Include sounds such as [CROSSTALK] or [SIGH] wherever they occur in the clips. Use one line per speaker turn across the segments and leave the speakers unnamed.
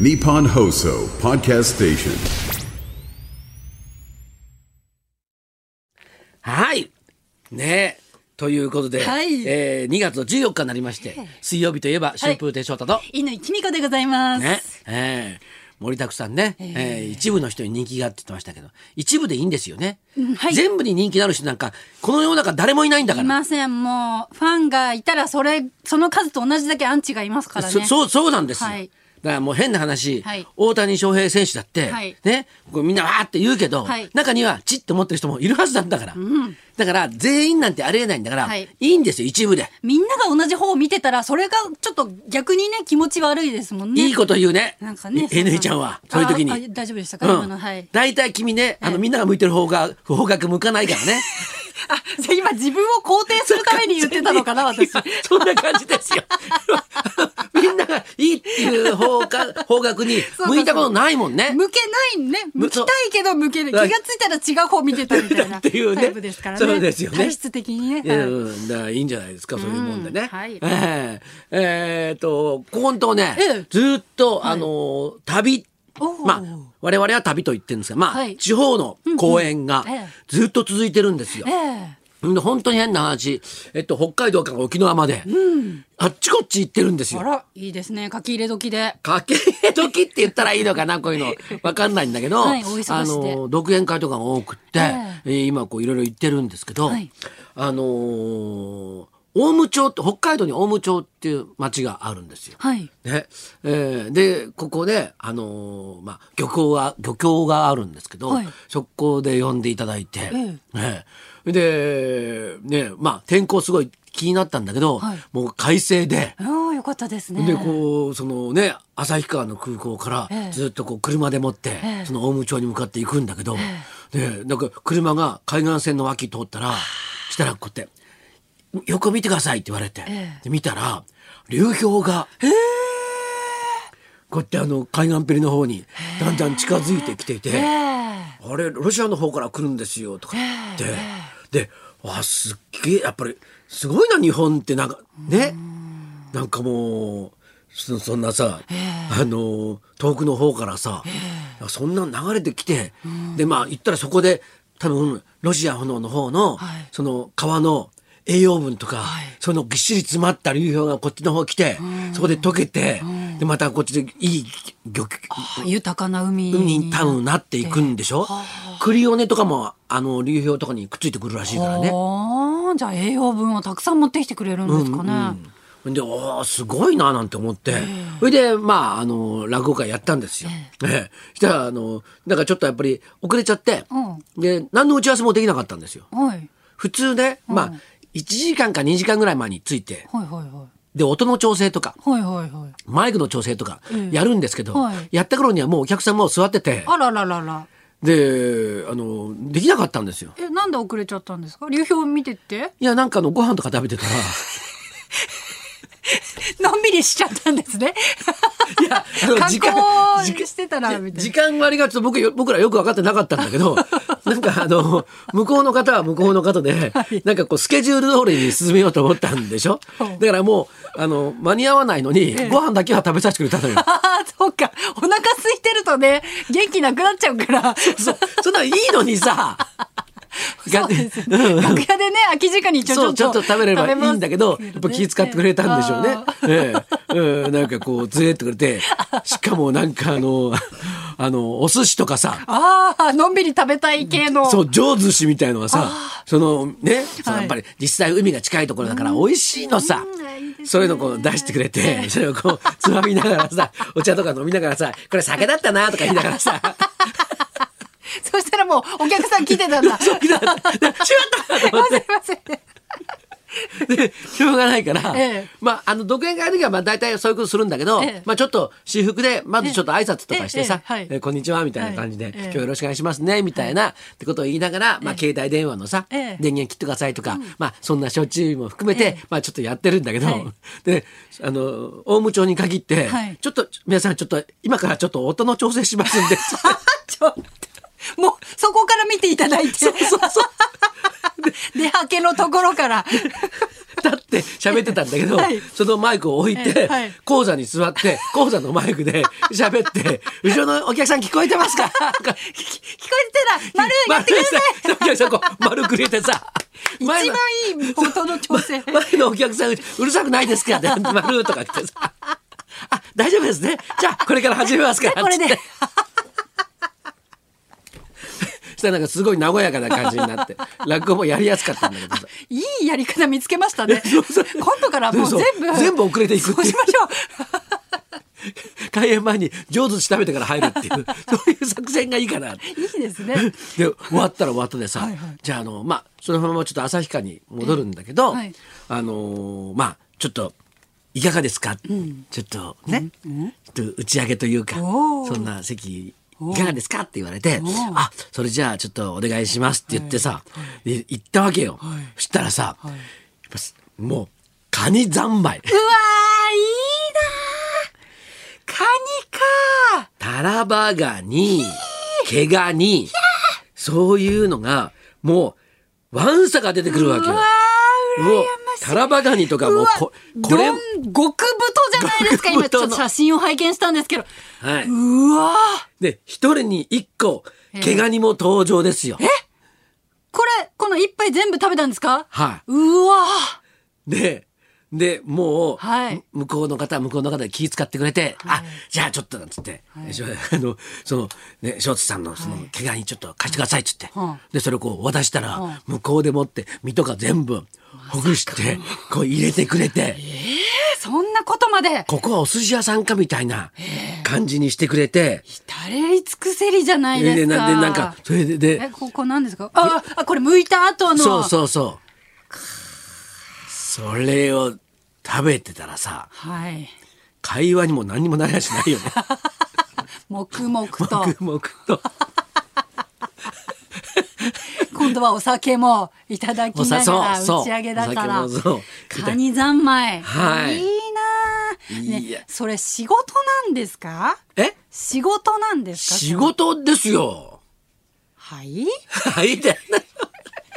Nippon Hoso Podcast Station.
はい。ねえ。ということで、
はい
えー、2月の14日になりまして、水曜日といえば春風亭昇太と、
犬きみこでございます。
ね、えー、盛りだくさんね、えー一部の人に人気がって言ってましたけど、一部でいいんですよね。
はい
全部に人気のある人なんか、この世の中誰もいないんだか
い
ら。
ません、もう、ファンがいたら、それ、その数と同じだけアンチがいますからね。
そそうそうなんですよ、
はい
だからもう変な話、
はい
大谷翔平選手だって、
はい
ね、こうみんなわーって言うけど、
はい
中にはチッと思ってる人もいるはずなんだから、だから全員なんてありえないんだから、
はいい、
いんですよ一部で、
みんなが同じ方を見てたら、それがちょっと逆にね、気持ち悪いですもんね。
いいこと言うね
なんかね。
え N ちゃんはそういう時
ああ
に。
大丈夫でしたか、
う
今の。
ん
はい。
大体君ね、あの、みんなが向いてる方が、方角向かないからね。
あ、今自分を肯定するために言ってた
[LAUGHS]
のかな、私。
今そんな感じですよ。 [LAUGHS] みんながいいっていう方か方角に向いたことないもんね。
向けないね。向きたいけど向ける。気がついたら違う方見てたみたいな。
っていうね
タイプですからね。
そうですよね
体質的に
いや
ね。
うん、だからいいんじゃないですか、そういうもんでね。
はい
えええーっと、ここんとこね、
ええ
ずーっと、あのー旅
お、ー
まあ、我々は旅と言ってるんですが、まあ、
はい
地方の公演が
うんうんええ
ずーっと続いてるんですよ。
え
で本当に変な話、えっと、北海道から沖縄まで、あっちこっち行ってるんです
え。あ
よ。
ら、いいですね。書き入れ時で。
かけ時って言ったらいいのかな、こういう
[LAUGHS]
の。わかんないんだけど、
はいお忙しで
あの、独演会とかが多くって、
え
えー今こういろいろ行ってるんですけど、
はい
あのー大武町って、北海道に大武町っていう町があるんですよ。
はい。
ねえーでここで、あのーまあ、漁港が漁協があるんですけど、
はい
そこで呼んでいただいて、
え
ねで、ねまあ、天候すごい気になったんだけど、
はい
もう快晴で。
ああ、よかったですね。
でこうそのね旭川の空港か
え
ら
え
ずっとこう車でもって、
ええ
その大武町に向かって行くんだけど、でなんか車が海岸線の脇通ったらしたらこうやって「横見てください」って言われて、
ええ
で見たら流氷が、こうやってあの海岸ペリの方にだんだん近づいてきていて。
ええ
あれロシアの方から来るんですよとか言って、であすっげえやっぱりすごいな日本ってなんかねなんかもうそそんなさ、あの遠くの方からさ、そんな流れてきて、でまあ言ったらそこで多分ロシアの方の方の、
はい
その川の栄養分とか、そのぎっしり詰まった流氷がこっちの方来て、そこで溶けて、でまたこっちでいい漁
豊かな海
海に多分なっていくんでしょ栗尾根とかもあの流氷とかにくっついてくるらしいからね。
ああじゃあ栄養分をたくさん持ってきてくれるんですかね、
でおーすごいななんて思って、それでまああの落語会やったんですよ。ええしたらあのなんかちょっとやっぱり遅れちゃって、
う
で何の打ち合わせもできなかったんですよ。
はい
普通ね、まあ1時間か2時間ぐらい前に着いて
はいはいは
で音の調整とか
いはいはいはい
マイクの調整とかやるんですけど、
はい
やった頃にはもうお客さんも座ってて
あらららら
であのできなかったんですよ。
えなんで遅れちゃったんですか流氷見
[LAUGHS]
てって
いや、なんかあの、ご飯とか食べてたら、
のんびりしちゃったんですね
いや、あの
観
時
光
間、時間
してたらみたい
時
な
間割がちょっと僕よ、僕らよく分かってなかったんだけど、 [LAUGHS] なんかあの、向こうの方は向こうの方で、
[LAUGHS]
なんかこう、スケジュール通りに進めようと思ったんでしょだからもう、あの、間に合わないのに、ご飯だけは食べさせてくれたのよ。
[LAUGHS] [LAUGHS] ああそうかお腹空いてるとね元気なくなっちゃうから
そ、そんなのいいのにさ、
[LAUGHS] そうですね楽屋でね空き時間にちょち
そ
ょ
うちょっと食べればいいんだけど、やっぱ気遣ってくれたんでしょうね。ええ [LAUGHS] うんなんかこう、ずれってくれて、しかもなんかあの、あの、お寿司とかさ、
ああのんびり食べたい系の
そう、上寿司みたいのはさ、そのね、そのやっぱり実際海が近いところだから美味しいのさ
うんいいです、ね
そういうのこう出してくれて、それをこう、つまみながらさ、お茶とか飲みながらさ、これ酒だったなとか言いながら
[LAUGHS]
さ、
そしたらもうお客さん来てたん
[LAUGHS]
だ
そうだった違ったと思って
[LAUGHS] すいません
でしょうがないから、
ええ
まああの独演会の時はまあ大体そういうことするんだけど、
ええ
まあちょっと私服でまずちょっと挨拶とかしてさ「
ええええはい
えこんにちは」みたいな感じで、
はいええ
今日よろしくお願いしますね」みたいな、ってことを言いながら、まあ、携帯電話のさ、
ええ
電源切ってくださいとか、まあそんな処置も含めて、
ええ
まあちょっとやってるんだけど、
はい
であの大務町に限って、
はい
ちょっと皆さんちょっと今からちょっと音の調整します
[LAUGHS]
んで。 [LAUGHS]
ちょっと。もう、そこ [LAUGHS] から見ていただいて。そうそうそう。出はけのところから。
立って喋ってたんだけど、
[LAUGHS] はい
そのマイクを置い
ええ
て、
はい
講座に座って講座のマイクで喋って「後ろのお客さん聞こえてますか?」とか
聞こえてたら丸やってください
丸お客さんこう丸くれてさ一
一番いい音の調整
前のお客さんうるさくないですかって丸とか言ってさあ大丈夫ですねじゃあこれから始めますから
これで
つってそしたらなんかすごい和やかな感じになって落語もやりやすかったんだけどさ
いいやり方見つけましたね
[LAUGHS] そうそう
今度からもう
そう
全部
全部遅れていくっていう
そうしましょう
開演前に上手に食べてから入る
[LAUGHS]
っていうそういう作戦がいいかなって
いいですね
で終わったら終わったでさじゃああのまあそのままちょっと旭川に戻るんだけど、
ええはい
あのーまあちょっといかがですか、ちょっとね、ちょっと打ち上げというか
おー
そんな席いかがですかって言われて「あそれじゃあちょっとお願いします」って言ってさ、で行ったわけよ、そしたらさ、やっぱすもうカニ三昧
うわーいいなーカニか
タラバガニ、毛ガニ、そういうのが、もう、ワンサが出てくるわけ
う
よ。
わー
もう
羨ましい
タラバガニとかもう
うわ
こ、こ
ど
れ、
ん極太じゃないですか
極
今ち
太の
ょっと写真を拝見したんですけど。
はいう
わー
で、一人に一個、毛ガニも登場ですよ。
これこの一杯全部食べたんですか
は
うわー
い。で、で、もう、
はい
向こうの方は向こうの方で気遣ってくれて、あ、じゃあちょっとなんつって、しょ [LAUGHS] あの、その、ね、ショーツさんのその、毛ガニちょっと貸してくださいっつって、
はあ
で、それをこう渡したら、向こうでもって、身とか全部、ほぐして、こう入れてくれて、
そんなことまで
ここはお寿司屋さんかみたいな感じにしてくれて、
至れり尽くせりじゃないですか。
で、なでなんか、それで、で
え、ここなんですかあ、あ、これ剥いた後の。
そうそうそう。それを食べてたらさ、
はい。
会話にも何にもなりやしないよね。
黙々と。
黙々と。
今度はお酒もいただきながら、
おさそうそう
打ち上げだから
お酒もそう。
カニ三昧。
はい
いいなあ
いや
ね、それ仕事なんですか
え
仕事なんですか
仕事ですよ。 [LAUGHS]
はい。
はい、で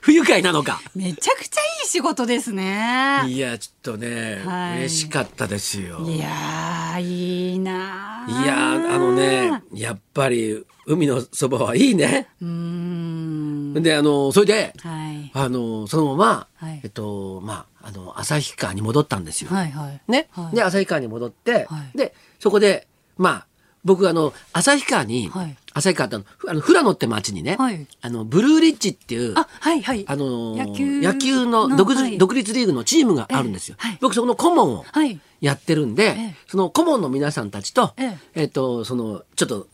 不愉快なのか。
めちゃくちゃいい仕事ですね。
いや、ちょっとね、
はい
嬉しかったですよ。
いやー、いいなあ
いやーあのね。やっぱり海のそばはいいね。
うーん。
であのそれで、
はい。
あのそのまま、
はい
えっとまああの旭川に戻ったんですよ。
はいはい。
ね、
はい
で旭川に戻って、
はい
でそこでまあ僕あの旭川に、
はい
旭川ってあのふあの富良野って町にね、
はい
あのブルーリッジっていう
あ、はいはい。
あのー
野球
野球の独,、
はい
独立リーグのチームがあるんですよ。
ええはい
僕そこの顧問を
はい
やってるんで、
ええ
その顧問の皆さんたちと、え
え
っ、とそのちょっと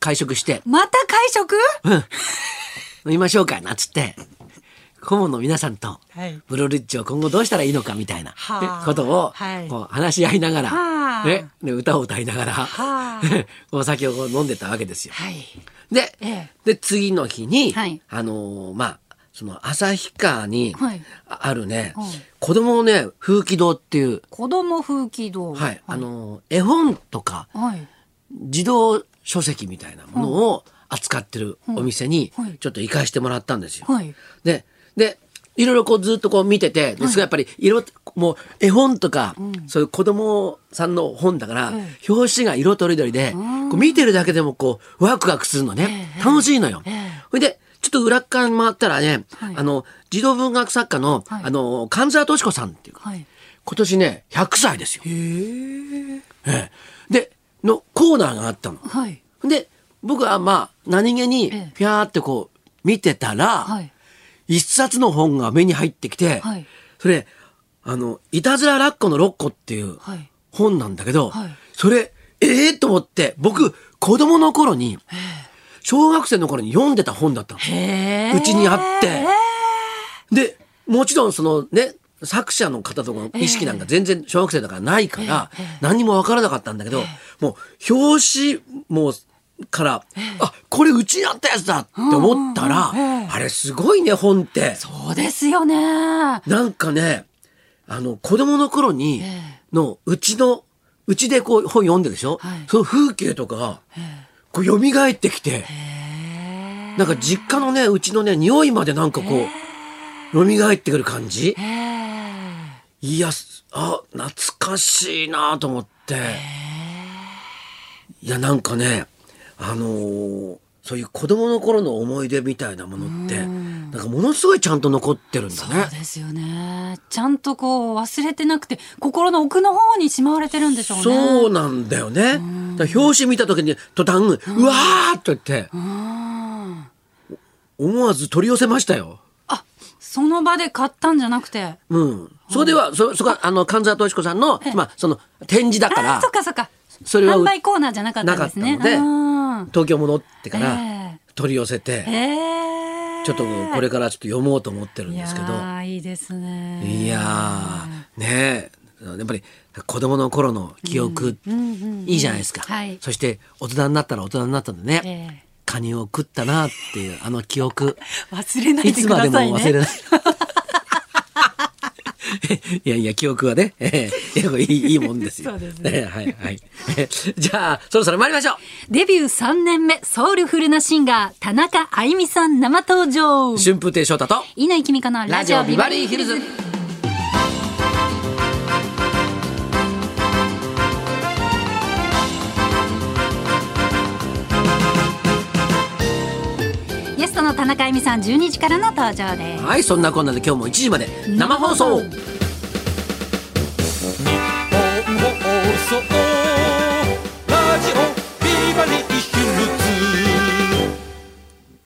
会食して
また会食？
飲みましょうかなっつって顧問の皆さんと
はい
ブルーリッジを今後どうしたらいいのかみたいな
は
ね
あ
ことを
はい
こう話し合いなが
は
ら、
あ
ね、で歌を歌いながら
はあ
[LAUGHS] お酒をこう飲んでたわけですよ。
はい。
で,、
ええ
で次の日に、
はい
あのーまあその旭川に
はい
ああるね、
うん
子供のね風紀堂っていう、
子供風紀堂。
はいあのー絵本とか
はい。
児童書籍みたいなものを扱ってるお店に
うんはい
ちょっと行かしてもらったんですよ。
はい。
ででいろいろこうずっとこう見ててですがやっぱり色もう絵本とか、そういう子供さんの本だから、
え
表紙が色とりどりで、こう見てるだけでもこうワクワクするのね、
ええ
楽しいのよ。
ええ
ほいでちょっと裏っ側に回ったらね、
はい
あの児童文学作家の,、
はい
あの神沢敏子さんっていう、
はい。
今年ね100歳ですよ。ええでのコーナーがあったの。
はい。
で僕はまあ何気に
ええ
ピャーってこう見てたら、
はい。
一冊の本が目に入ってきて、
はい
それあの「いたずらラッコのロッコ」っていう
はい
本なんだけど、
はい
それええと思って僕子供の頃に小学生の頃に読んでた本だったの。
へー
うちにあってでもちろんそのね作者の方とかの意識なんか全然小学生だからないから何にも分からなかったんだけどもう表紙もからあこれうちにあったやつだって思ったら
うんうんうんええ
あれすごいね本って。
そうですよね。は
なんかね、あの、子供の頃に
え、
の、うちの、うちでこう本読んでるでしょ、
はい
その風景とか、こう蘇ってきて、なんか実家のね、うちのね、匂いまでなんかこう、蘇ってくる感じ
い。
いや、あ、懐かしいなと思って。いや、なんかね、あのーそういう子供の頃の思い出みたいなものって、なんかものすごいちゃんと残ってるんだ
そう
ね。
ですよね。ちゃんとこう忘れてなくて、心の奥の方にしまわれてるんでしょうね。
そうなんだよね。だから表紙見た時に、途端、うわーっと言って、
うん
思わず取り寄せましたよ。
あ、その場で買ったんじゃなくて。
うん。そこでは、そ、そこは、あの、神沢敏子さんの、まあ、その、展示だか
あ
ら、
そっかそっか。
それは
販売コーナーじゃなかったんですね。
なかった
うん
東京戻ってから、
え
取り寄せて、
えええ
ちょっとこれからちょっと読もうと思ってるんですけど
いや。ーいいですね。
いやー、ねえ。やっぱり子供の頃の記憶、いいじゃないですか、
はい
そして大人になったら大人になったんでね、
ええ
カニを食ったなっていうあの記
[LAUGHS]
憶
忘れないいで
つ
く
ま
ださ
で
い
も
ね。
忘れない [LAUGHS] いやいや記憶はね、ええいやこれいいいいもんですよ
そうです
ねはいはい [LAUGHS] えじゃあそろそろ参りましょう
デビュー3年目、ソウルフルなシンガー、田中あゆみさん生登場。
春風亭昇太と
乾きみかの
ラ
ラ
ジ
ジ
オ
オ
ビ
ビ
バ
バ
リ
リ
ー
ー
ヒ
ヒ
ル
ル
ズ
ズ。ゲストの田中あゆみさん12時からの登場です。
はいそんなこんなで今日も1時まで生放送